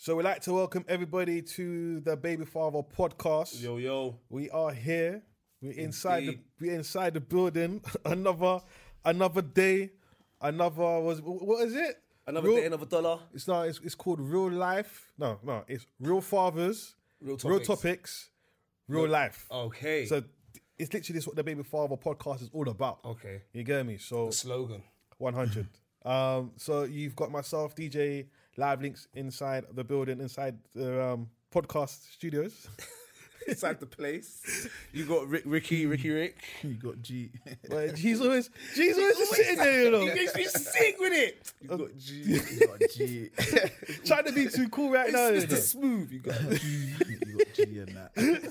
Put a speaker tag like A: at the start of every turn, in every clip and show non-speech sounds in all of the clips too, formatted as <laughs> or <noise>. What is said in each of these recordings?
A: So we'd like to welcome everybody to the Baby Father podcast.
B: Yo, yo.
A: We are here. We're inside the
B: Indeed.
A: we're inside the building. <laughs> another another day. Another was what is it?
B: Another
A: Real-
B: day, another dollar.
A: It's not. It's, it's called real life. No, no. It's real fathers,
B: Real
A: real
B: topics. Oh,
A: topics, real life.
B: Okay.
A: So it's literally this what the Baby Father podcast is all about.
B: okay.
A: You get me?
B: <laughs>
A: So
B: Slogan.
A: 100. um, so you've got myself, DJ Live Links, inside the building, inside the um, podcast studios. <laughs>
C: inside the place.
B: You got Rick, Ricky, Ricky, Rick.
C: You got G. <laughs>
A: But he's always, he's always just sitting there,
B: <laughs>
A: you know,
B: makes me sick with it.
C: You got G. You got G.
A: trying to be too cool right now. you know.
B: smooth. <laughs> You got
C: you got G and that.
B: <laughs>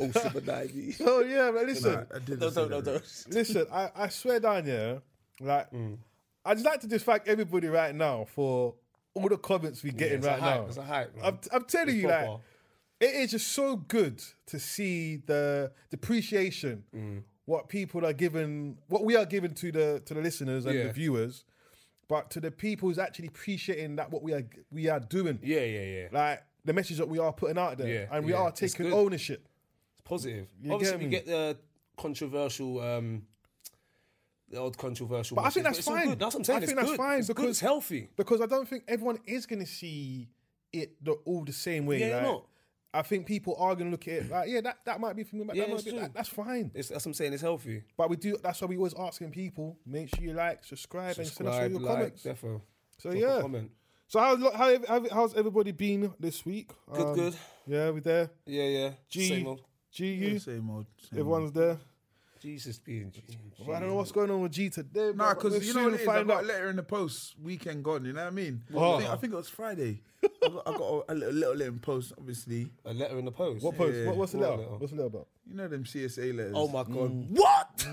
B: oh, super divey.
A: Oh yeah, but listen,
C: Nah, I did
B: No, no, no, no.
A: listen. I, I swear down here, like,
B: Mm.
A: I just like to just thank everybody right now for all the comments we're getting
B: It's a
A: right
B: hype.
A: now.
B: It's a hype. Man.
A: I'm, I'm telling you, like,
B: proper.
A: it is just so good to see the depreciation
B: Mm.
A: what people are giving, what we are giving to the to the listeners and the
B: Yeah.
A: viewers, but to the people who's actually appreciating that what we are we are doing,
B: yeah, yeah, yeah.
A: like the message that we are putting out there,
B: Yeah,
A: and we
B: yeah.
A: are
B: It's
A: taking
B: good.
A: ownership.
B: It's positive.
A: You
B: Obviously,
A: get
B: we
A: me?
B: get the controversial. um the odd controversial,
A: But I think
B: messages, but
A: that's
B: it's all
A: fine.
B: Good. That's what I'm saying.
A: I
B: it's
A: think that's
B: good.
A: fine
B: it's good,
A: because-
B: it's healthy.
A: because I don't think everyone is going to see it the, all the same way.
B: Yeah,
A: like,
B: no.
A: I think people are going to look at it like, yeah, that, that might be for me, but
B: Yeah,
A: that might
B: it's
A: be,
B: true.
A: that, that's fine.
B: It's, that's what I'm saying. It's healthy.
A: But we do. That's why we always asking people: make sure you like, subscribe, and send us all your
B: like,
A: comments.
B: defo.
A: So
B: Drop a
A: yeah.
B: comment.
A: So how's lo- how, how how's everybody been this week?
B: Good,
A: Um,
B: good.
A: Yeah, we there.
B: Yeah, yeah.
A: G,
B: Same old.
A: G, you.
C: Same old. Same
A: Everyone's there.
B: Jesus being G.
A: But I don't know what's going on with G today.
C: Nah,
A: but we'll
C: because you know
A: soon
C: what it is. I
A: find
C: got
A: out.
C: a letter in the post. Weekend gone. You know what I mean?
A: Oh.
C: I, think, I think it was Friday. I got, I got a, a little, little letter in post. Obviously,
B: A letter in the post.
A: What post?
C: Yeah.
A: What, what's the
B: What
A: letter?
B: letter?
A: What's the letter about?
C: you know them CSA letters.
B: Oh my god.
C: What?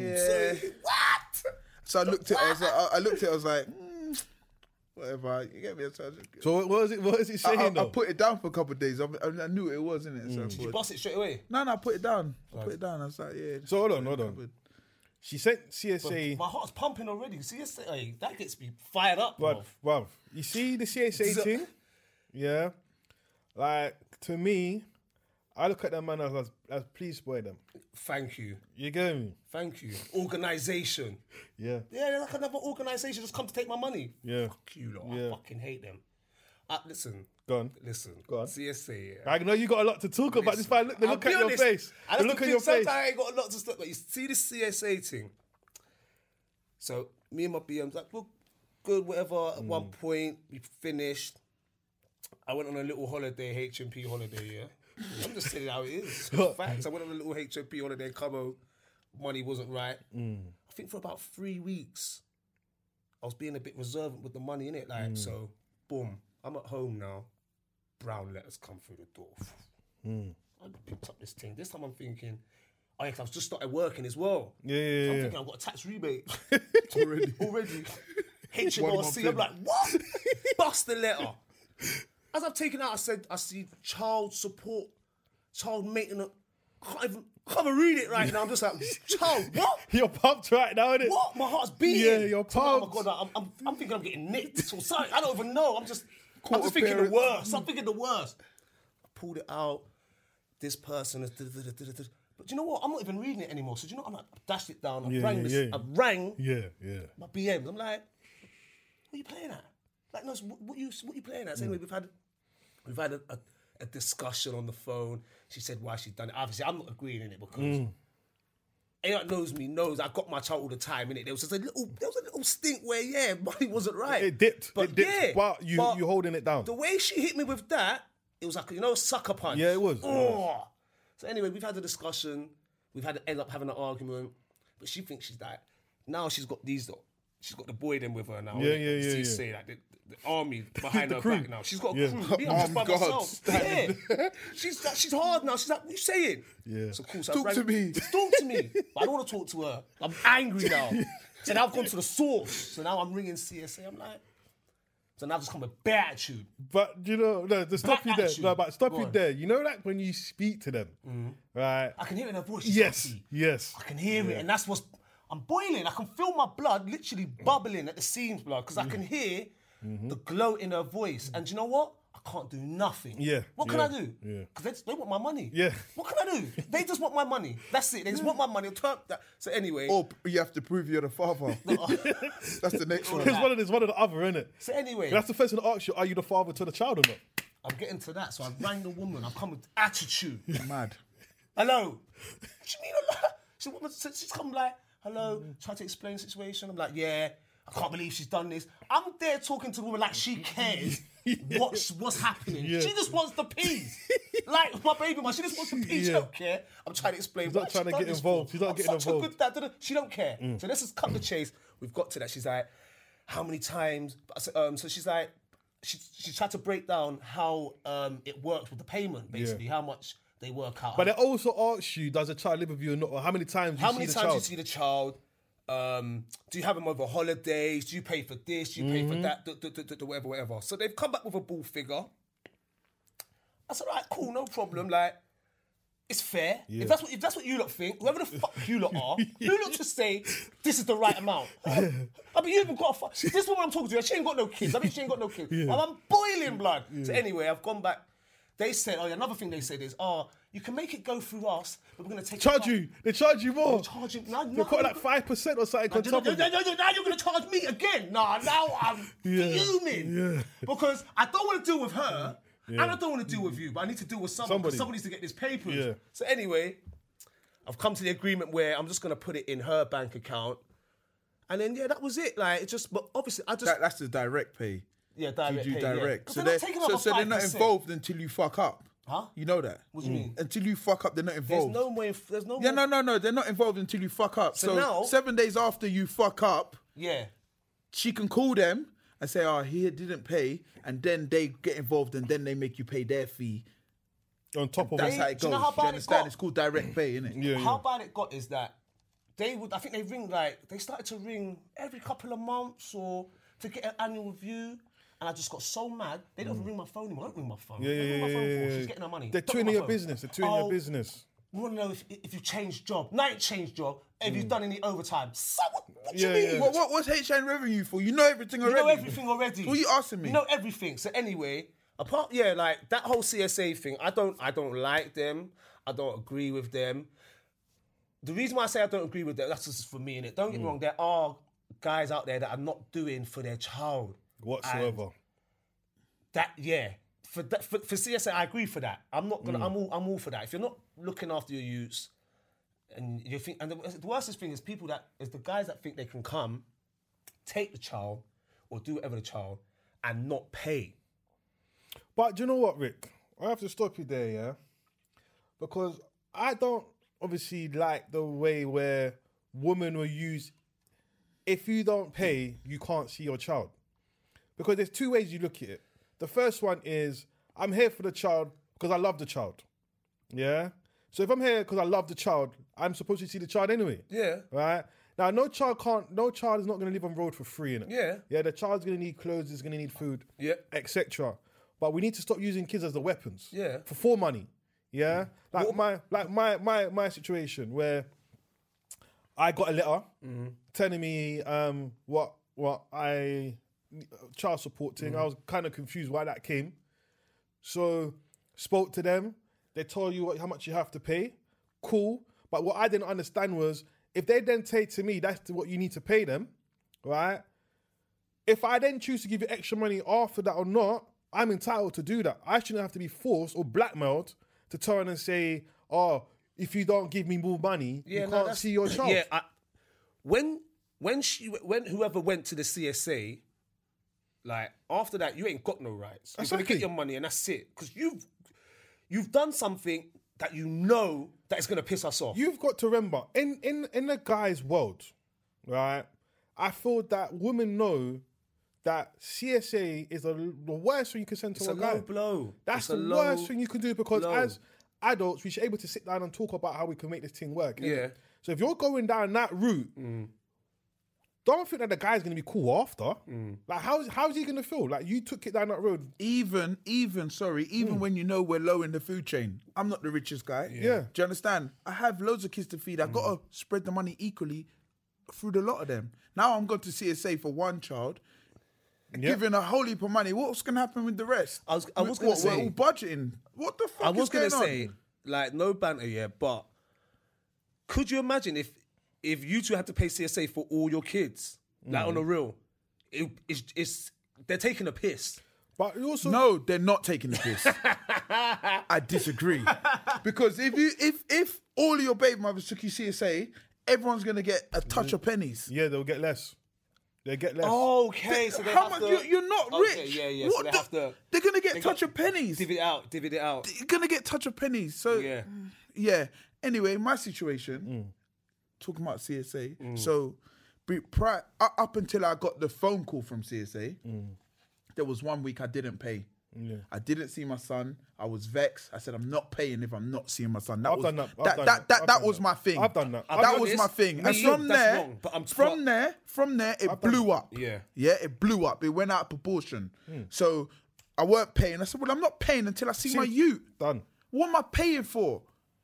C: yeah. What? So I looked at. it, I was like, I, I looked at. it, I was like, mm, whatever. You get me? So I, just,
A: So what- what is it? What is it
C: I,
A: saying?
C: I, I
A: though?
C: put it down for a couple of days. I, I knew what it was, innit? So I thought-
B: You bust it straight away.
C: No, no, I put it down. I put it down. I was like, yeah.
A: so hold on, hold on. She sent CSA.
B: My heart's pumping already. See, it's- hey, that gets me fired up.
A: But
B: bruv.
A: bruv, you see the CSA
B: So-
A: thing? Yeah. Like to me, I look at that man as as, as police boy them.
B: Thank you,
A: You get me?
B: thank you. Organisation.
A: Yeah.
B: Yeah, they're like another organisation just come to take my money.
A: Yeah.
B: Fuck you, lot.
A: Yeah.
B: I fucking hate them. Uh, listen,
A: Gone.
B: listen.
A: on.
B: CSA. Yeah.
A: I know you got a lot to talk about just by look, the
B: I'll
A: look
B: be
A: at your
B: honest,
A: face.
B: I
A: The
B: just
A: look at
B: think
A: your face.
B: Sometimes I ain't got a lot to stop. But you see this CSA thing. So me and my BM's like, well, good, whatever.
A: Hmm.
B: At one point, we finished. I went on a little holiday, HMP holiday,
A: <laughs>
B: yeah. I'm just saying how it is. Facts. I went on a little HMP holiday in Cabo. Money wasn't right.
A: Hmm.
B: I think for about three weeks, I was being a bit reservant with the money in it.
A: Hmm.
B: Like, so, boom, I'm at home now. Brown letters come through the door. I picked up this thing. This time I'm thinking, oh yeah, 'cause I've just started working as well.
A: Yeah, yeah,
B: So I'm
A: yeah,
B: thinking I've got a tax rebate
C: Already.
B: already.
C: One month
B: HMRC. I'm
C: in.
B: like, what? Bust the letter. As I've taken out, I said, I see child support, child maintenance. Can't even, can't even read it right now. I'm just like, child, what?
A: <laughs> You're pumped right now, innit?
B: What? My heart's beating.
A: Yeah, you're
B: So I'm like,
A: pumped.
B: Oh my god, I'm, I'm, I'm thinking I'm getting nicked or something. I don't even know. I'm just, I'm
C: Caught
B: just
C: a
B: thinking the
C: parent.
B: worst. I'm thinking the worst. I pulled it out. This person is. da-da-da-da-da-da. But do you know what? I'm not even reading it anymore. So do you know? what? I'm like, I dashed it down. I
A: Yeah,
B: rang
A: yeah,
B: this.
A: yeah.
B: I rang
A: Yeah, yeah.
B: my BMs. I'm like, what are you playing at? Like, no, it's what, what you what you playing at? So
A: Mm.
B: anyway, we've had we've had a, a, a discussion on the phone. She said why she done it. Obviously, I'm not agreeing in it because.
A: Mm.
B: Anyone that knows me knows I got my child all the time in it. There was just a little, there was a little stink where yeah, <laughs> money wasn't right.
A: It dipped. it dipped.
B: yeah,
A: but you
B: but
A: you holding it down.
B: the way she hit me with that, it was like you know a sucker punch.
A: Yeah, it was, it
B: Oh.
A: was.
B: So anyway, we've had a discussion. We've had end up having an argument, but she thinks she's that. Now she's got these. She's got the boy then with her now.
A: Yeah,
B: innit?
A: yeah, yeah,
B: You
A: yeah.
B: see, like the, the army behind
A: <laughs> The
B: her
A: crew.
B: back now. She's got a
A: Yeah. <laughs>
B: crew.
A: Oh,
B: Me, I'm just by
C: Armed guards
B: myself.
C: standing
B: Yeah. <laughs> she's like, she's hard now. She's like, what you saying?
A: Yeah.
B: So cool. So
C: Talk
B: I rang-
C: to me.
B: <laughs> Talk to me. But I don't want to talk to her. I'm angry
A: <laughs>
B: now. so now I've gone to the source. So now I'm ringing CSA. I'm like, so now I've just come with bad attitude.
A: But you know, no, the
B: Back
A: stop you there.
B: at you.
A: No, but stop
B: Go
A: you
B: on.
A: there. You know, like when you speak to them, right?
B: I can hear it in her voice. She's
A: Yes,
B: happy.
A: yes.
B: I can hear it, and that's
A: Mm-hmm.
B: what's. I'm boiling. I can feel my blood literally bubbling at the seams, blood, because I can hear the glow in her voice. And do you know what? I can't do nothing.
A: Yeah,
B: What can
A: yeah,
B: I do?
A: yeah.
B: Because they, just- they want my money.
A: Yeah.
B: What can I do? They just want my money. That's it. They just want my money. Turn that. So anyway.
A: Oh.
C: Or Oh, you have to prove you're
B: <laughs>
C: the father. That's the next one.
A: It's one of this, one of the other, innit?
B: So anyway.
A: That's the first one to ask you, are you the father to the child or not?
B: I'm getting to that. So I rang the woman. I've come with attitude.
C: <laughs> Mad.
B: hello. She mean hello. She, woman- so she's come like, hello, trying to explain the situation. I'm like, yeah, I can't believe she's done this. I'm there talking to the woman like she cares what's what's happening. She just wants the peas. like my baby mum, she just wants the peas. She
A: Yeah.
B: don't care. I'm trying to explain. She's
A: not trying to get involved. She's not
B: I'm
A: getting
B: such
A: involved. Mm.
B: A good dad. da-da-da. She don't care. So let's just cut the chase. We've got to that. She's like, how many times? I said, Um, so she's like, she, she tried to break down how um, it works with the payment, basically, how much they work out.
A: But they also ask you, does a child live with you or not? Or how many times do
B: How
A: you
B: many
A: see
B: times
A: the
B: do you see the
A: child?
B: child? Um, do you have him over holidays? Do you pay for this? Do you pay
A: Mm-hmm.
B: for that? Do, do, do, do, do, whatever, whatever. So they've come back with a ball figure. I said, all right, cool, no problem. Like, it's fair. If that's what if that's what you lot think, whoever the fuck you lot
A: <laughs>
B: are, you lot just say this is the right amount. I mean, you haven't got a fu- this woman I'm talking to. She ain't got no kids. I mean, she ain't got no kids. And I'm boiling blood. So anyway, I've gone back. They said, oh, yeah, another thing they said is, oh, you can make it go through us, but we're gonna take it
A: charge
B: back."
A: you. They charge you more.
B: charging. Now,
A: They're quite like five percent or something on top of it.
B: now you're going to charge me again. Nah, now I'm
A: <laughs> Yeah,
B: fuming.
A: yeah.
B: Because I don't want to deal with her and I don't want to deal with you, but I need to deal with someone. 'cause
A: Somebody.
B: Someone needs to get this paper.
A: Yeah.
B: So, anyway, I've come to the agreement where I'm just going to put it in her bank account. And then, yeah, that was it. Like, it just, but obviously, I just,
C: That, that's the direct pay.
B: yeah, direct.
C: you do
B: pay, yeah.
C: direct.
B: 'Cause
C: So,
B: they're
C: they're,
B: not taking up
C: so,
B: a
C: so they're not
B: 5%.
C: involved until you fuck up.
B: Huh?
C: You know that.
B: What do you mean?
C: Until you fuck up, they're not
B: There's
C: involved.
B: no way, there's no
C: yeah,
B: way-
C: no, no, no. They're not involved until you fuck up. So,
B: now-
C: seven days after you fuck up,
B: Yeah.
C: she can call them and say, "Oh, he didn't pay," and then they get involved and then they make you pay their fee.
A: On top of
C: That's
A: it.
C: how it
B: do you
C: goes.
B: know how bad it got?
C: understand? It's called direct pay, isn't it?
A: Yeah,
B: How
A: yeah.
B: bad it got is that they would. I think they ring like they started to ring every couple of months or to get an annual review. And I just got so mad. They don't even ring my phone anymore. I don't ring my phone.
A: Mm. Yeah,
B: They
A: yeah,
B: ring
A: yeah,
B: my phone
A: yeah,
B: for.
A: yeah,
B: She's
A: yeah.
B: getting her money.
A: They're
B: Don't ring
A: tuning
B: my
A: your
B: phone.
A: business. They're tuning
B: Oh,
A: your business.
B: We want to know if, if you changed job. No, I ain't changed job. Have you done any overtime? So what, what do
A: Mm. Yeah,
B: you mean?
A: yeah.
C: What, what, what's HN revenue for? You know everything already.
B: You know everything already.
C: What are you asking me?
B: You know everything. So anyway, apart yeah, like that whole CSA thing, I don't I don't like them. I don't agree with them. The reason why I say I don't agree with them, that's just for me, and it. Don't
C: Hmm.
B: get me wrong, there are guys out there that are not doing for their child.
A: Whatsoever.
B: That yeah. For, that, for for CSA, I agree for that. I'm not gonna. I'm all. I'm all for that. If you're not looking after your youths, and you think, and the, the worstest thing is people that is the guys that think they can come, take the child, or do whatever the child, and not pay.
A: But do you know what, Rick? I have to stop you there, yeah? Because I don't obviously like the way where women were used. If you don't pay, you can't see your child. Because there's two ways you look at it. The first one is I'm here for the child because I love the child. Yeah? So if I'm here because I love the child, I'm supposed to see the child anyway.
B: Yeah.
A: Right? Now, no child can't, no child is not going to live on road for free, innit?
B: Yeah.
A: Yeah, the child's going to need clothes, is going to need food
B: Yeah.
A: etc. But we need to stop using kids as the weapons.
B: Yeah. Mm.
A: For for money. Yeah. Like my like my my my situation where I got a letter
B: Mm-hmm.
A: telling me um what what I uh, child support
B: Mm-hmm.
A: thing. I was kind of confused why that came. So spoke to them. They told you what, how much you have to pay. Cool. But what I didn't understand was if they then say to me that's what you need to pay them, right? if I then choose to give you extra money after that or not, I'm entitled to do that. I shouldn't have to be forced or blackmailed to turn and say, oh, if you don't give me more money,
B: Yeah,
A: you
B: no,
A: can't
B: that's-
A: see your
B: <coughs>
A: child.
B: Yeah, I, when when she when whoever went to the CSA, like after that, you ain't got no rights. You're gonna
A: Exactly.
B: get your money, and that's it. Because you've you've done something that you know that is gonna piss us off.
A: You've got to remember, in in in the guy's world, right? I feel that women know that CSA is a, the worst thing you can send to
B: it's
A: a,
B: a
A: guy.
B: low blow.
A: That's
B: It's a
A: the
B: low-
A: worst thing you can do because
B: low.
A: as adults, we should be able to sit down and talk about how we can make this thing work. innit?
B: Yeah. Mm.
A: So if you're going down that route, don't think that the guy's going to be cool after.
B: Mm.
A: Like, how's how's he going to feel? Like you took it down that road.
C: even, even, sorry,
B: Mm.
C: even when you know we're low in the food chain, I'm not the richest guy.
A: Yeah.
C: Do you understand? I have loads of kids to feed. I gotta
B: Mm.
C: spread the money equally through the lot of them. Now I'm going to CSA for one child. giving a whole heap of money. What's going to happen with the rest?
B: I was- I was gonna
C: What,
B: say-
C: we're all budgeting. What the fuck
B: I was
C: is going
B: gonna say,
C: on?
B: like, no banter, yeah, but could you imagine if if you two had to pay CSA for all your kids, like
A: Mm.
B: on the real? It, it's, it's they're taking a piss.
A: But you also
C: No, they're not taking the
B: <laughs>
C: piss. I disagree because if you if if all of your baby mothers took you CSA, everyone's going to get a touch of pennies.
A: yeah, they'll get less. They get less.
B: Oh. Okay, so they
C: How
B: have
C: much?
B: to-
C: you, you're not rich.
B: Okay, yeah, yeah.
C: What
B: so they
C: the-
B: have to
C: They're gonna get
B: they
C: touch
B: got-
C: of pennies.
B: div it out, div it out.
C: You're gonna get touch of pennies. So
B: Yeah.
C: yeah, Anyway, my
A: Mm.
C: situation. Talking about CSA. So, be- pri- u- up until I got the phone call from CSA,
A: Mm.
C: there was one week I didn't pay. I didn't see my son. I was vexed. I said, "I'm not paying if I'm not seeing my son." That
A: I've
C: was
A: done that. I've
C: that
A: done
C: that,
A: that.
C: that,
A: I've
C: that
A: done
C: was
A: that.
C: my thing.
A: I've done that. I've
C: that
A: done
C: was
B: this.
C: my thing.
B: Me
C: And
B: too.
C: from
B: That's
C: there,
B: wrong, but I'm-
C: from there, from there, it blew up.
B: Yeah.
C: Yeah, it blew up. It went out of proportion. So I weren't paying. I said, well, I'm not paying until I see, my ute.
A: Done.
C: What am I paying for?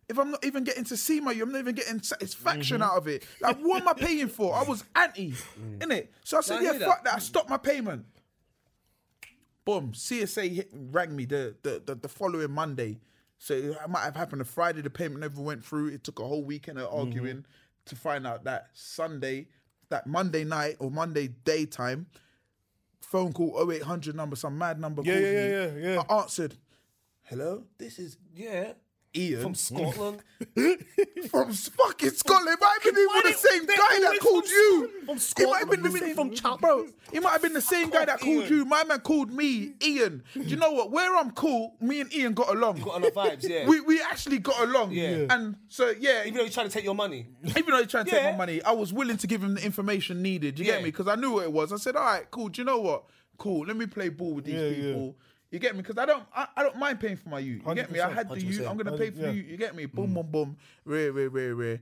C: If I'm not even getting to see my ute, I'm not even getting satisfaction out of it. Like, what am I paying for? I was anti, innit? So I said,
B: I
C: yeah,
B: hear
C: fuck that.
B: that.
C: I stopped my payment. Boom. CSA hit, rang me the, the, the, the following Monday. So it might have happened a Friday. The payment never went through. It took a whole weekend of arguing to find out that Sunday, that Monday night or Monday daytime, phone call 0800 number, some mad number.
A: Yeah,
C: called
A: yeah, yeah,
C: me.
A: yeah, yeah.
C: I answered, hello, this is
B: Yeah,
C: Ian
B: from Scotland.
C: from fucking Scotland. It might have been even the same guy that
B: always
C: called
B: from
C: you.
B: Scotland. From
C: It might have
B: Scotland,
C: been the
B: isn't
C: same
B: it? From Chapel.
C: bro. It might have been the same guy that
B: off,
C: called
B: Ian.
C: you. My man called me Ian. Do you know what? Where I'm cool, me and Ian got along.
B: Got enough vibes, yeah.
C: we we actually got along.
B: Yeah.
C: And so yeah,
B: Even though you're trying to take your money.
C: <laughs> even though he tried to take
B: Yeah.
C: my money, I was willing to give him the information needed. You get
B: Yeah.
C: me? Because I knew what it was. I said, "All right, cool. Do you know what? Cool. Let me play ball with these
A: Yeah, yeah.
C: people." You get me? Because I don't, I, I don't mind paying for my you. You get me? I had the you. I'm gonna pay for
A: yeah.
C: you. You get me? Boom, boom, boom. Rare, rare, rare, rare.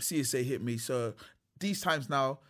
C: CSA hit me. So these times now,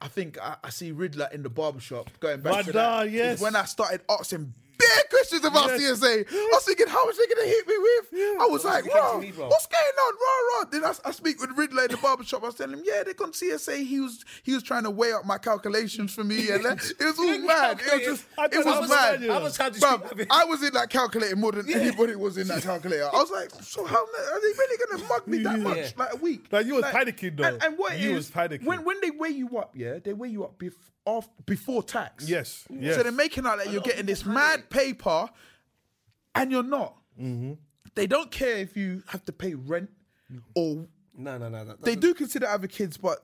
C: I think I, I see Riddler in the barbershop going back to
A: Riddler,
C: that. is
A: yes.
C: When I started asking big questions about
A: Yes.
C: CSA, I was thinking, how much they gonna hit me with? I was
B: What
C: like,
B: was it
C: bro,
B: gonna be, bro?
C: what's going on? Rah, rah. Then I, I speak with Riddler in the barbershop. I was telling him, yeah, they're gonna CSA. He was he was trying to weigh up my calculations for me. And that- it
A: <laughs>
C: was all mad. It was just,
A: I
C: it
A: just- I
C: was
A: was
C: mad.
A: telling you.
B: How much
A: <laughs>
B: time did
C: Bruv,
B: you
C: I was in that calculator more than anybody was in that calculator. I was like, so how are they really gonna mug me that much?
B: Yeah.
C: Like a week?
A: Like, you was panicking, though.
C: And, and what it
A: You
C: is,
A: was panicking.
C: when when they weigh you up, yeah, they weigh you up bef- off, before tax.
A: Yes, yes.
C: Mm. So they're making out that you're getting this mad paper, and you're not. They don't care if you have to pay rent, or
B: No, no, no. That,
C: they do consider other kids, but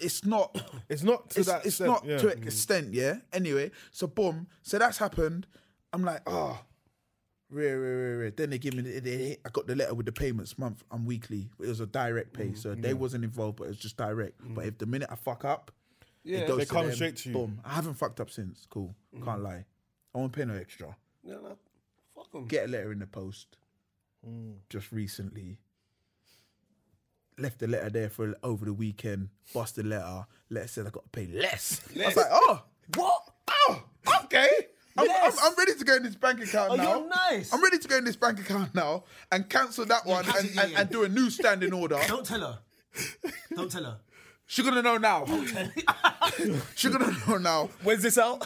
C: it's not.
A: It's not to
C: it's
A: that.
C: it's
A: extent,
C: not
A: yeah. Mm.
C: to an extent, yeah. Anyway, so boom. So that's happened. I'm like, oh, rare, rare, rare, rare. Then they give me. The, they, I got the letter with the payments month and weekly. It was a direct pay,
A: Mm,
C: so they wasn't involved, but it was just direct. But if the minute I fuck up,
B: Yeah.
C: it goes
B: They
C: to
A: come
C: them.
A: straight to you. Mm.
C: Boom. I haven't fucked up since. Cool. Can't lie. I won't pay no extra.
B: No, no. Fuck 'em.
C: Get a letter in the post.
B: Hmm.
C: Just recently. Left the letter there for over the weekend. Bust the letter. Letter said I got to pay less. I was
B: Less?
C: like, oh,
B: What?
C: oh, okay. I'm,
B: Yes.
C: I'm, I'm ready to go in this bank account
B: Oh,
C: now.
B: you're nice.
C: I'm ready to go in this bank account now and cancel that one
B: cancel-
C: and,
B: yeah,
C: and,
B: yeah.
C: and do a new
B: <laughs>
C: standing order.
B: Don't tell
C: <laughs>
B: her. Don't tell her.
C: She's gonna
B: <laughs>
C: know now. She's gonna know now.
B: When's this out?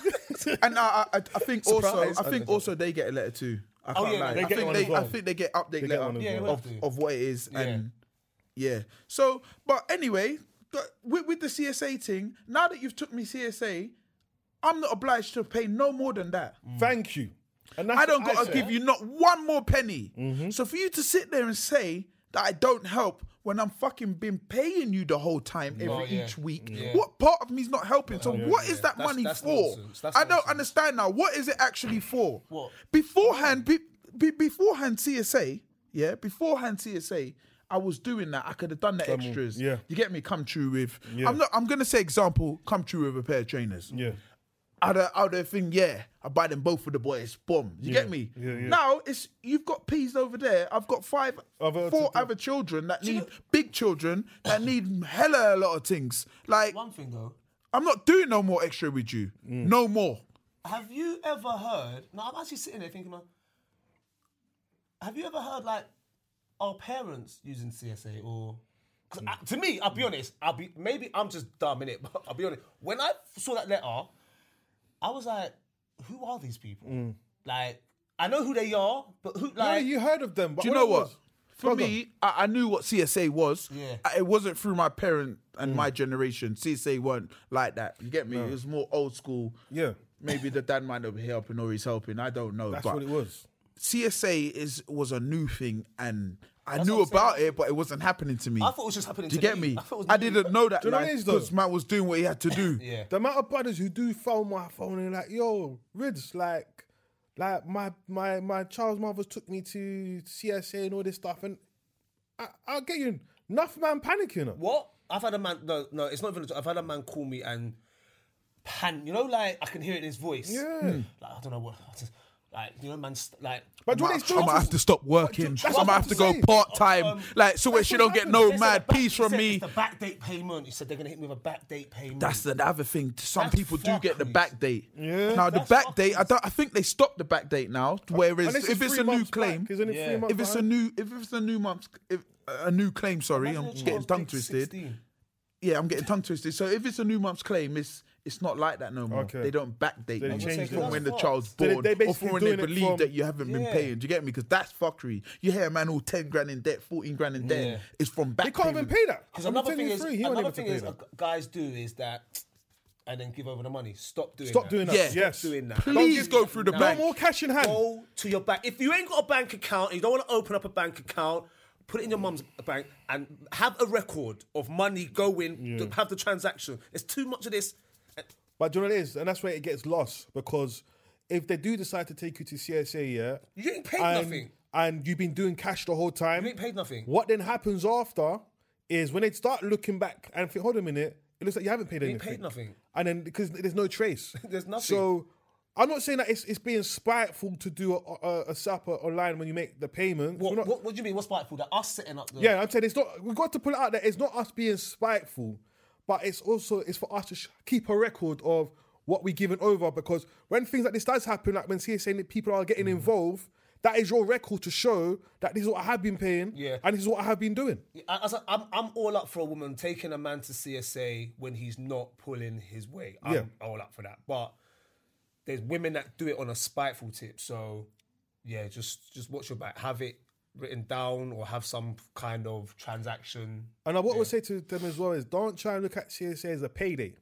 C: And I, I, I think also,
B: Surprise.
C: I think also they get a letter too. I can't
B: Oh, yeah,
C: lie.
B: they
C: I
B: get
C: think
A: one
C: they,
A: as well.
C: I think they get update
A: get
C: letter
A: one as
B: Yeah, well.
C: of,
B: they will have to.
C: of what it is, and yeah. So, but anyway, but with, with the CSA thing, now that you've took me CSA, I'm not obliged to pay no more than that.
A: Mm. Thank you. And that's
C: I don't
A: what
C: got to
A: said.
C: give you not one more penny.
B: Mm-hmm.
C: So for you to sit there and say that I don't help when I'm fucking been paying you the whole time every
B: Mm-hmm. Oh, yeah. Mm-hmm.
C: each week,
B: Yeah.
C: what part of me's not helping? So what is that
B: That's-
C: money
B: that's
C: for?
B: nonsense. That's
C: I don't
B: nonsense.
C: understand now. What is it actually for?
B: What?
C: beforehand? Be, be, beforehand CSA, yeah. Beforehand CSA. I was doing that. I could have done the extras.
A: yeah.
C: You get me? Come true with.
A: Yeah.
C: I'm not. I'm gonna say example. Come true with a pair of trainers.
A: Yeah.
C: I'd out of thing, yeah, I buy them both for the boys. Boom. You get me?
A: yeah, yeah.
C: Now it's you've got peas over there. I've got five
A: Other-
C: four other children that need big children that need hella a lot of things. Like
B: One thing though.
C: I'm not doing no more extra with you.
A: Mm.
C: No more.
B: Have you ever heard? No, I'm actually sitting there thinking, like, have you ever heard like our parents using CSA or? 'cause I- to me, I'll <laughs>
C: Mm.
B: be honest. I'll be maybe I'm just dumb in it, but I'll be honest. When I saw that letter, I was like, who are these people? Like, I know who they are, but who like
A: yeah, you heard of them. But
C: Do Mm. you know
A: it
C: what?
A: was-
C: For me, I, I knew what CSA was.
B: Yeah.
C: I- it wasn't through my parent
A: Mm.
C: and my generation. CSA weren't like that. You get me? It was more old school.
A: Yeah,
C: Maybe the dad might not be helping or he's helping. I don't know.
A: that's
C: but
A: what it was.
C: CSA is was a new thing, and I knew
B: what I'm
C: about it, but it wasn't happening to me.
B: I thought it was just happening
C: Do you
B: to
C: get
B: me.
C: me?
B: I thought it was
C: I,
B: new.
C: didn't know that
A: you know what it is, though?
C: because man was doing what he had to do.
B: <laughs> yeah.
A: The amount of brothers who do phone my phone and like, yo, Rids, like, like my my my child's mothers took me to CSA and all this stuff, and I, I'll get you enough man panicking. What?
B: What? I've had a man. No, no, it's not even. I've had a man call me and pan. You know, like I can hear it in his voice. Hmm.
A: Yeah.
B: Like I don't know what. I just- like you know, man. St- like
A: But do
C: I
A: they
C: might,
A: still
C: I might have to stop working.
A: That's
C: I
A: what
C: might
A: I'm
C: have to go
A: saying.
C: part time.
B: Um,
C: like, so where
A: that's
C: she
A: what
C: don't get
A: happened.
C: no
B: They said
C: mad
B: the back-
C: peace
B: he
C: from
B: said
C: me.
B: it's The back date payment. He said they're gonna hit me with a back date payment.
C: That's the other thing. Some
B: That's
C: people do get the
B: fuckeries.
C: back date.
A: Yeah.
C: Now the
B: That's
C: back date, I,
B: fuckeries.
C: don't, I think they stopped the back date now. Whereas if it's a new claim,
A: isn't it
B: Yeah.
A: three months
C: if it's a new, if it's a new month's, if, a new claim. Sorry,
B: Imagine
C: I'm
B: a
C: getting
B: child's
C: tongue
B: big
C: twisted.
B: 16.
C: Yeah, I'm getting tongue twisted. So if it's a new month's claim, it's it's not like that no more.
A: Okay.
C: They don't backdate
A: they
C: you
A: changed
C: from
A: it.
C: when the
B: That's
C: child's
A: So they-
C: born
A: they
C: or
A: basically
C: from when they
A: doing it
C: believe
A: from-
C: that you haven't been
B: Yeah.
C: paying. Do you get me? Because that's fuckery. You hear a man all ten grand in debt, fourteen grand in debt.
B: Yeah.
C: It's from back.
A: they can't even
C: payment.
A: pay that.
B: Because
A: I'm
B: another
A: telling
B: thing
A: you
B: is,
A: free, he wasn't
B: another
A: able to
B: thing
A: pay
B: is,
A: that.
B: uh, guys do is that, and then give over the money. Stop doing.
A: Stop
B: that.
A: doing that.
C: Yeah.
A: Yes.
B: Stop doing that.
C: Please go through the
B: No
A: No
C: bank.
A: more cash in hand.
B: Go to your bank. If you ain't got a bank account, and you don't want to open up a bank account. Put it in your mum's bank and have a record of money going. To have the transaction. There's too much of this. Eh,
A: But do you know what it is? And that's where it gets lost because if they do decide to take you to CSA, yeah,
B: You ain't paid
A: and,
B: nothing.
A: and you've been doing cash the whole time,
B: You ain't paid nothing.
A: What then happens after is when they start looking back and think, hold a minute, it looks like you haven't paid
B: ain't
A: anything.
B: paid nothing.
A: And then because there's no trace,
B: <laughs> There's nothing.
A: So I'm not saying that it's, it's being spiteful to do a, a, a supper online when you make the payment.
B: What,
A: We're not-
B: what, what do you mean? What's spiteful? That us setting up the
A: yeah, I'm saying it's not. We've got to put it out there. It's not us being spiteful, but it's also it's for us to sh- keep a record of what we're giving over because when things like this does happen, like when CSA and people are
B: Mm.
A: getting involved, that is your record to show that this is what I have been paying,
B: Yeah.
A: and this is what I have been doing.
B: I, I, said, I'm, I'm all up for a woman taking a man to CSA when he's not pulling his weight. I'm
A: Yeah.
B: all up for that. But there's women that do it on a spiteful tip. So yeah, just just watch your back. Have it written down or have some kind of transaction.
A: And I, what I would say to them as well is don't try and look at CSA as a payday,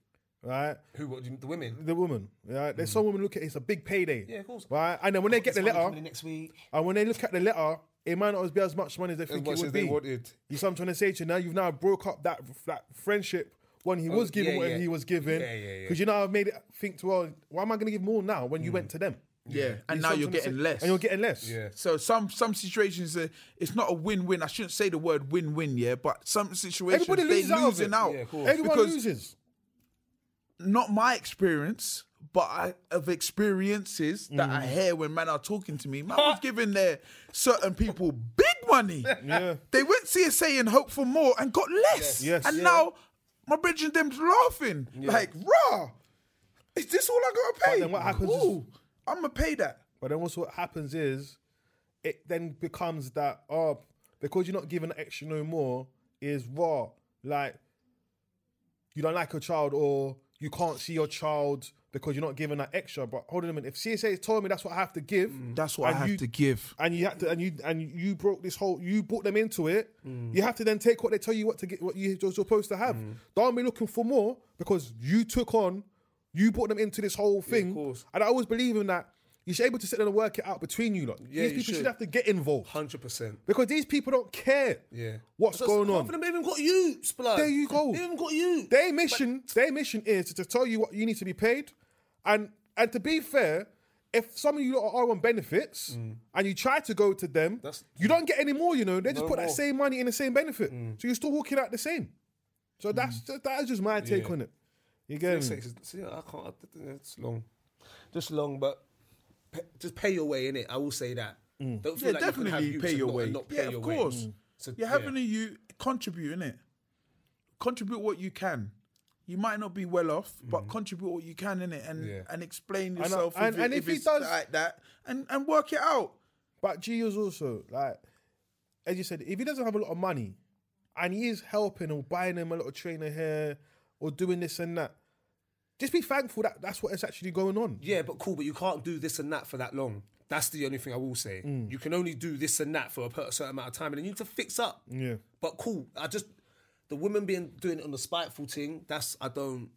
A: right?
B: Who? What? do you- The women?
A: The woman, right? There's some women look at it as a big payday,
B: Mm. Yeah, of course.
A: right? And then when they get
B: This
A: the
B: money
A: letter,
B: coming in next week.
A: and when they look at the letter, it might not be as much money as they think
B: much
A: it
B: as
A: would
B: they
A: be.
B: wanted.
A: You see what I'm trying to say to you? Now you've now broke up that that friendship when he was giving
B: Oh, yeah,
A: what
B: yeah.
A: he was giving.
B: Yeah, yeah, yeah.
A: Because you now have made it think, well, why am I going to give more now when you went to them?
C: Yeah,
A: You
C: and now
A: see what
C: you're
A: I'm trying to
C: getting
A: say?
C: less.
A: And you're getting less.
B: Yeah.
C: So some some situations uh, it's not a win win. I shouldn't say the word win win, yeah, but some situations
A: Everybody loses
C: they
A: out of
C: losing
A: it.
C: out.
B: Yeah, of course.
A: Everyone
C: because
A: loses.
C: not my experience, but I, of experiences that I
A: Mm.
C: hear when men are talking to me. Man was giving their certain people big money.
A: Yeah.
C: They went CSA and hoped for more and got less.
A: Yes.
C: And
A: Yeah.
C: now my bridge and them's laughing. Like, raw. Is this all I gotta pay?
A: then what happens is-
C: Ooh, I'm gonna pay that.
A: But then also what happens is, it then becomes that oh, because you're not giving extra no more is raw. Like you don't like your child or you can't see your child because you're not giving that extra. But hold on a minute, if CSA has told me that's what I have to give,
C: That's what
A: and
C: I have
A: you-
C: to give.
A: and you had to, and you and you broke this whole. You brought them into it. You have to then take what they tell you what to get, what you- you're supposed to have.
B: Mm.
A: Don't be looking for more because you took on, you brought them into this whole thing.
B: course.
A: And I always believe in that. You should be able to sit down and work it out between you lot.
B: Yeah,
A: these
B: you
A: people should.
B: should.
A: have to get involved
B: Hundred percent.
A: because these people don't care.
B: Yeah.
A: what's
B: So
A: going
B: half
A: on?
B: of them even got you, Splug.
A: There you go.
B: They even got you.
A: Their mission, their mission is to tell you what you need to be paid, and and to be fair, if some of you lot are on benefits and you try to go to them,
B: Mm. That's-
A: you don't get any more. You know, they just
B: No
A: put that
B: more. Mm.
A: same money in the same benefit, so you're still walking out the same. So that's just, that is just my take
B: Yeah.
A: on it. You get me?
B: See, I can't. I think It's long, just long, but pa- just pay your way in it. I will say that. Don't feel
C: Yeah,
B: like you
C: definitely
B: can have
C: pay
B: youths and
C: your
B: not,
C: way.
B: and Not pay
C: yeah, of
B: your
C: course.
B: Way. Mm. So,
C: You're
B: yeah.
C: having a you contribute in it. Contribute what you can. You might not be well off, but contribute what you can in it and
B: Mm. Yeah.
C: and explain
A: I-
C: yourself.
A: and-
C: if, it-
A: and
C: if,
A: if he
C: it's
A: does-
C: like that, and and work it out.
A: But G is also like, as you said, if he doesn't have a lot of money, and he is helping or buying him a little trainer here or doing this and that, Just be thankful that that's what is actually going on.
B: Yeah, but cool, but you can't do this and that for that long. That's the only thing I will say.
C: Mm.
B: You can only do this and that for a per- certain amount of time, and then you need to fix up.
A: Yeah.
B: But cool, I just the women being doing it on the spiteful thing. That's I don't.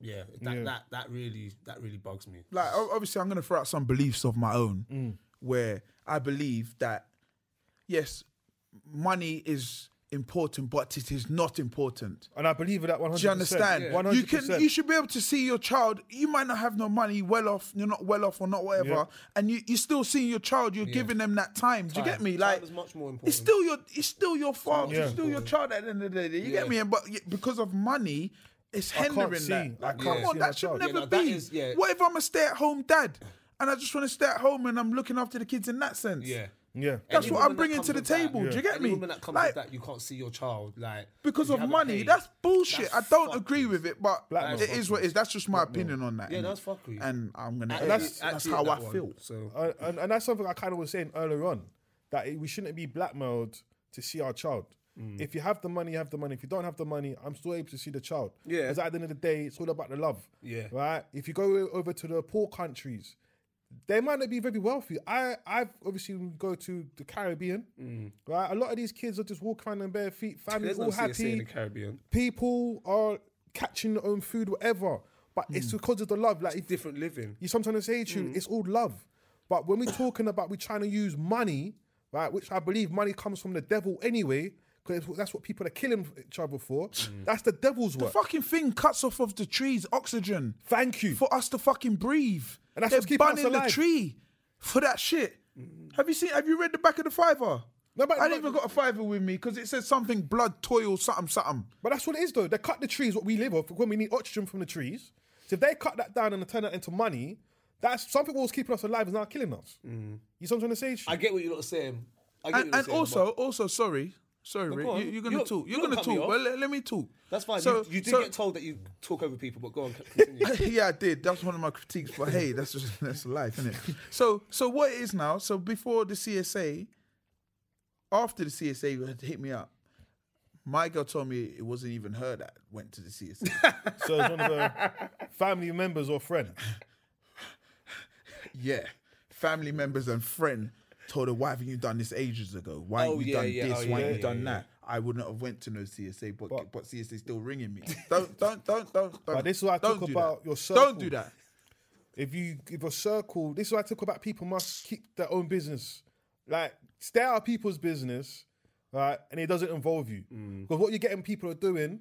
B: Yeah, that that that really that really bugs me.
C: like o- obviously I'm gonna throw out some beliefs of my own
B: Mm.
C: where I believe that yes, money is important, but it is not important.
A: And I believe in that 100%.
C: Do you understand?
A: One
C: You
A: hundred
C: can you
A: percent.
C: should be able to see your child. You might not have no money, well off, you're not well off or not whatever,
A: Yeah.
C: and you, you're still seeing your child, you're giving them that time. Do you get me?
B: Child
C: Like
B: is much more important.
C: it's still your it's still your father,
A: Yeah.
C: it's still your child at the end of the day. You get
B: Yeah.
C: me? And but y- because of money, it's
A: can't
C: hindering
A: see- I
C: that. Like,
A: can't
C: come
A: see
C: on,
A: my
C: that should
A: child.
C: never
B: Yeah, no,
C: be.
B: that is- yeah.
C: What if I'm a stay-at-home dad and I just want to stay at home and I'm looking after the kids in that sense?
B: yeah.
A: Yeah.
C: That's
B: Any
C: what I'm
B: woman that
C: bringing
B: comes
C: to the
B: with that-
C: table. Do you get
B: Any
C: me?
B: woman that comes
C: Like
B: with that, you can't see your child like
C: because
B: you
C: of
B: haven't
C: money,
B: paid.
C: that's bullshit.
B: That's
C: I don't
B: fucking-
C: agree with it, but
A: Black
C: it
A: man.
C: is what it is. That's just my opinion on that.
B: Yeah,
C: innit?
B: that's fuckery.
C: And I'm gonna.
B: Actually-
C: that's that's
B: actually
C: how
B: that
C: I
B: one.
C: feel.
B: So
A: Uh, and, and that's something I kind of was saying earlier on that it, we shouldn't be blackmailed to see our child. If you have the money, you have the money. If you don't have the money, I'm still able to see the child.
B: Yeah.
A: Because at the end of the day, it's all about the love.
B: Yeah.
A: Right? If you go over to the poor countries, they might not be very wealthy. I, I've obviously when we go to the Caribbean, right? A lot of these kids are just walking around on bare feet, family
B: there's no
A: all
B: CSA in
A: happy
B: the Caribbean.
A: people are catching their own food, whatever. But
C: Mm.
A: it's because of the love. Like if
B: Different living.
A: you sometimes say to you, it's all love. But when we're talking about we're trying to use money, right? Which I believe money comes from the devil anyway, because that's what people are killing each other for. That's the devil's work.
C: Fucking thing cuts off of the trees oxygen.
A: Thank you.
C: for us to fucking breathe.
A: And that's
C: They're
A: what's keeping us
C: burning
A: alive.
C: the tree for that shit. Have you seen? Have you read the back of the fiver?
A: No, but-
C: I didn't
A: but-
C: even got a fiver with me because it says something blood, toil, something, something.
A: But that's what it is, though. They cut the trees, what we live off, when we need oxygen from the trees. So if they cut that down and turn that into money, that's something what was keeping us alive is now killing us. You see what I'm trying to say? to you?
B: I get what you're not saying. I get what
C: And,
B: you're
C: and
B: saying,
C: also,
B: but
C: also, sorry, sorry, Rick,
B: go on.
C: you, you're gonna
B: You-
C: talk.
B: you
C: You're
B: don't
C: gonna
B: cut me
C: talk.
B: off.
C: Well, let, let me talk.
B: that's fine.
C: So-
B: you, you did
C: so-
B: get told that you talk over people, but go on, <laughs> continue.
C: <laughs> yeah, I did. That's one of my critiques. But hey, that's just, that's life, isn't it? So, so what it is now? So before the CSA, after the CSA had hit me up, my girl told me it wasn't even her that went to the CSA.
A: So it's one of the family members or friends.
C: Yeah. Family members and friend told her, why haven't you done this ages ago? Why
B: Oh,
C: haven't you
B: yeah,
C: done
B: yeah,
C: this?
B: oh,
C: why
B: yeah,
C: haven't you
B: yeah,
C: done
B: yeah.
C: that? I wouldn't have went to no CSA, but but, CSA still ringing me. Don't don't don't don't. don't
A: this is what I
C: don't
A: talk
C: do
A: about
C: that.
A: your
C: Don't do
A: circle.
C: that.
A: if you if a circle, this is why I talk about people must keep their own business. Like stay out of people's business, right? And it doesn't involve you.
B: Mm.
A: Because what you're getting people are doing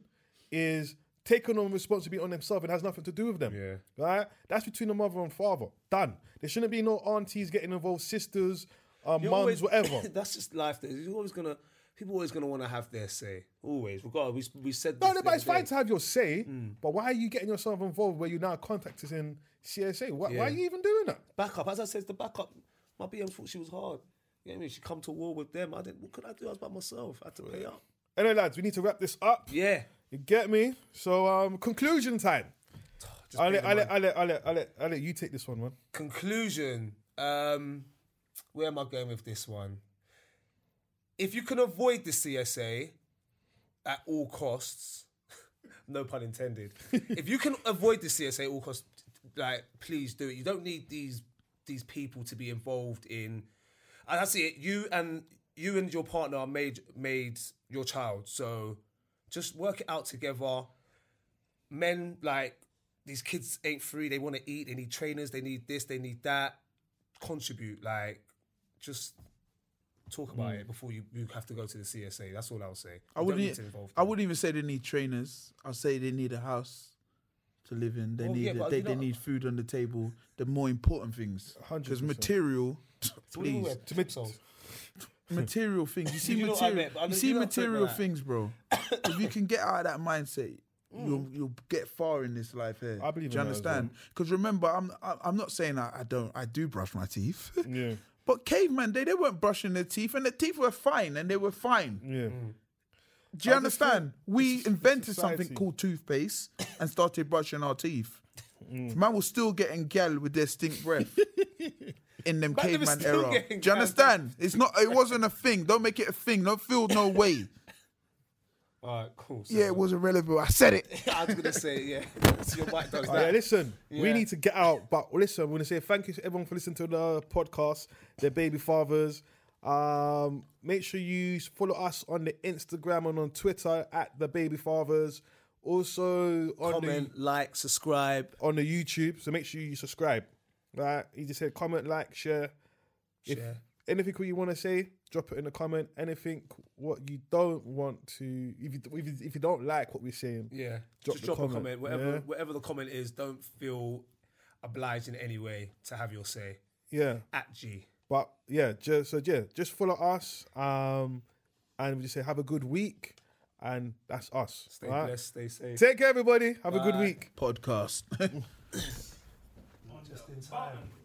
A: is taking on responsibility on themselves and has nothing to do with them.
B: Yeah.
A: Right? That's between the mother and father. Done. There shouldn't be no aunties getting involved, sisters, uh, mums,
B: You're always- <laughs>
A: whatever.
B: that's just life. though. You're always gonna. People always gonna want to have their say. Always. Regardless, we, we said.
A: No,
B: this
A: no,
B: the
A: but it's
B: other
A: fine
B: day.
A: to have your say,
B: Mm.
A: but why are you getting yourself involved where you're now contacting in CSA? Why, why are you even doing that?
B: backup. As I said, the backup. My BM thought she was hard. You know what I mean? She come to war with them. I didn't. What could I do? I was by myself. I had to pay up.
A: Anyway, lads, we need to wrap this up.
B: Yeah.
A: You get me? So, um, conclusion time.
B: Just
A: I'll
B: be
A: let,
B: the
A: I'll,
B: man.
A: let, I'll, let, I'll, let, I'll, let, I'll let you take this one, man.
B: conclusion. Um, where am I going with this one? If you can avoid the CSA at all costs, no pun intended. if you can avoid the CSA at all costs, like please do it. You don't need these these people to be involved in. And I see it. You and you and your partner are made made your child. So just work it out together men like these kids ain't free. They want to eat. They need trainers. They need this. They need that. Contribute. Like, just talk about it before you, you have to go to the CSA. That's all I'll say.
C: Mm. I
B: You don't
C: wouldn't.
B: need to
C: e-
B: involve
C: I
B: them.
C: wouldn't even say they need trainers. I'll say they need a house to live in. They
B: Well,
C: need
B: yeah,
C: a-
B: but
C: they,
B: you
C: they
B: know-
C: need food on the table. The more important things,
A: 100%.
C: because material.
B: What do you <laughs>
C: Please,
B: wear? Pixels.
C: material things.
B: <laughs>
C: You see
B: You know what I
C: material.
B: meant, but I
C: you
B: know-
C: see
B: you know what I'm talking
C: material
B: about. <laughs>
C: things, bro. if you can get out of that mindset,
B: Mm.
C: you'll you'll get far in this life here.
A: I believe
C: Do you
A: in that as well.
C: understand? Because remember, I'm I- I'm not saying I, I don't. I do brush my teeth. <laughs>
A: Yeah,
C: But caveman, they, they weren't brushing their teeth, and their teeth were fine, and they were fine.
A: yeah.
B: Mm.
C: Do you
A: I just think
C: understand? We invented something
A: society.
C: called toothpaste and started brushing our teeth.
B: Mm.
C: Man was still getting gal with their stink breath in them
B: <laughs> Man, they were
C: caveman
B: still
C: era. Do
B: getting
C: you
B: gal with their <laughs>
C: understand? It's not. It wasn't a thing. Don't make it a thing. Don't feel no way.
B: All right, cool. So
C: Yeah, it was irrelevant. I said it.
B: <laughs> I was gonna say,
A: <laughs>
B: yeah. So your mic does
A: All right,
B: that.
A: listen, we
B: Yeah.
A: need to get out. But listen, we're gonna say thank you to everyone for listening to the podcast. Their baby fathers. Um, make sure you follow us on the Instagram and on Twitter at the baby fathers. Also on
B: Comment, like, subscribe.
A: the on the YouTube. So make sure you subscribe. Right? He just said comment, like, share.
B: Share.
A: Anything you want to say, drop it in the comment. Anything what you don't want to, if you if you, if you don't like what we're saying,
B: Yeah.
A: Drop
B: Just
A: the
B: drop
A: comment,
B: a comment. Whatever
A: yeah.
B: whatever the comment is, don't feel obliged in any way to have your say.
A: yeah.
B: At G.
A: But yeah, just, so yeah, just follow us. Um, and we just say have a good week, and that's us.
B: Stay
A: alright?
B: blessed, stay safe.
C: <laughs>
A: Take care, everybody. Have a good
B: Bye.
A: week.
C: Podcast.
B: Just in time.